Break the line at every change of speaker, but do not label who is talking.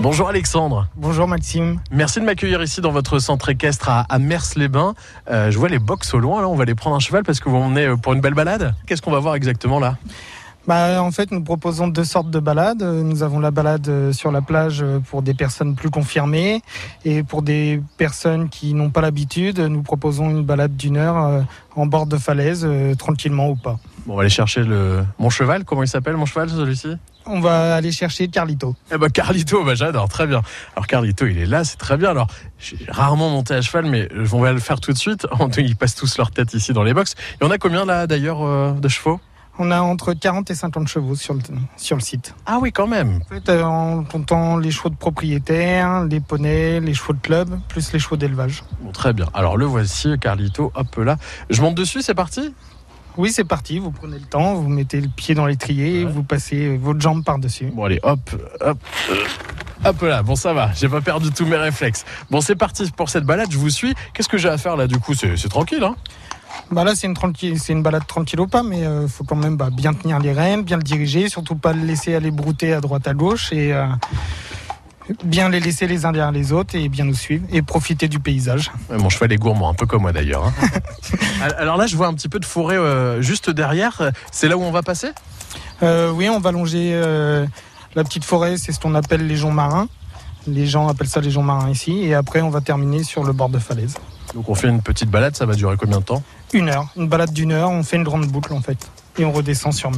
Bonjour Alexandre,
Bonjour Maxime.
merci de m'accueillir ici dans votre centre équestre à, à Mers-les-Bains. Euh, je vois les box au loin, là on va aller prendre un cheval parce que vous emmenez euh, pour une belle balade. Qu'est-ce qu'on va voir exactement là
Bah, en fait, nous proposons deux sortes de balades. Euh, Nous avons la balade euh, sur la plage euh, pour des personnes plus confirmées et pour des personnes qui n'ont pas l'habitude, euh, nous proposons une balade d'une heure euh, en bord de falaise, euh, tranquillement ou pas.
Bon, On va aller chercher le... mon cheval, comment il s'appelle mon cheval celui-ci
On va aller chercher Carlito.
Eh ben Carlito, bah j'adore, très bien. Alors Carlito, il est là, c'est très bien. Alors, j'ai rarement monté à cheval, mais on va le faire tout de suite. Ils passent tous leur tête ici dans les box. Et on a combien là d'ailleurs euh, de chevaux
On a entre 40 et 50 chevaux sur le, sur le site.
Ah oui, quand même.
En fait, euh, en comptant les chevaux de propriétaires, les poneys, les chevaux de club, plus les chevaux d'élevage.
Bon, très bien. Alors le voici, Carlito, hop là. Je monte dessus, c'est parti
Oui, c'est parti, vous prenez le temps, vous mettez le pied dans l'étrier, et
Ouais.
vous passez euh, votre jambe par-dessus.
Bon allez, hop, hop. euh, Hop là, bon ça va, j'ai pas perdu tous mes réflexes. Bon c'est parti pour cette balade, je vous suis. Qu'est-ce que j'ai à faire là du coup C'est c'est tranquille, hein
Bah là, c'est une, tranquille, c'est une balade tranquille ou pas, mais euh, faut quand même bah, bien tenir les rênes, bien le diriger, surtout pas le laisser aller brouter à droite à gauche et euh, bien les laisser les uns derrière les autres et bien nous suivre et profiter du paysage.
Ouais, Mon cheval est gourmand, un peu comme moi d'ailleurs. hein. Al- Alors là, je vois un petit peu de forêt euh, juste derrière. C'est là où on va passer
Euh, oui, on va longer euh, la petite forêt, c'est ce qu'on appelle les joncs marins. Les gens appellent ça les joncs marins ici et après on va terminer sur le bord de falaise.
Donc on fait une petite balade, ça va durer combien de temps
Une heure, une balade d'une heure, on fait une grande boucle en fait et on redescend sur mer.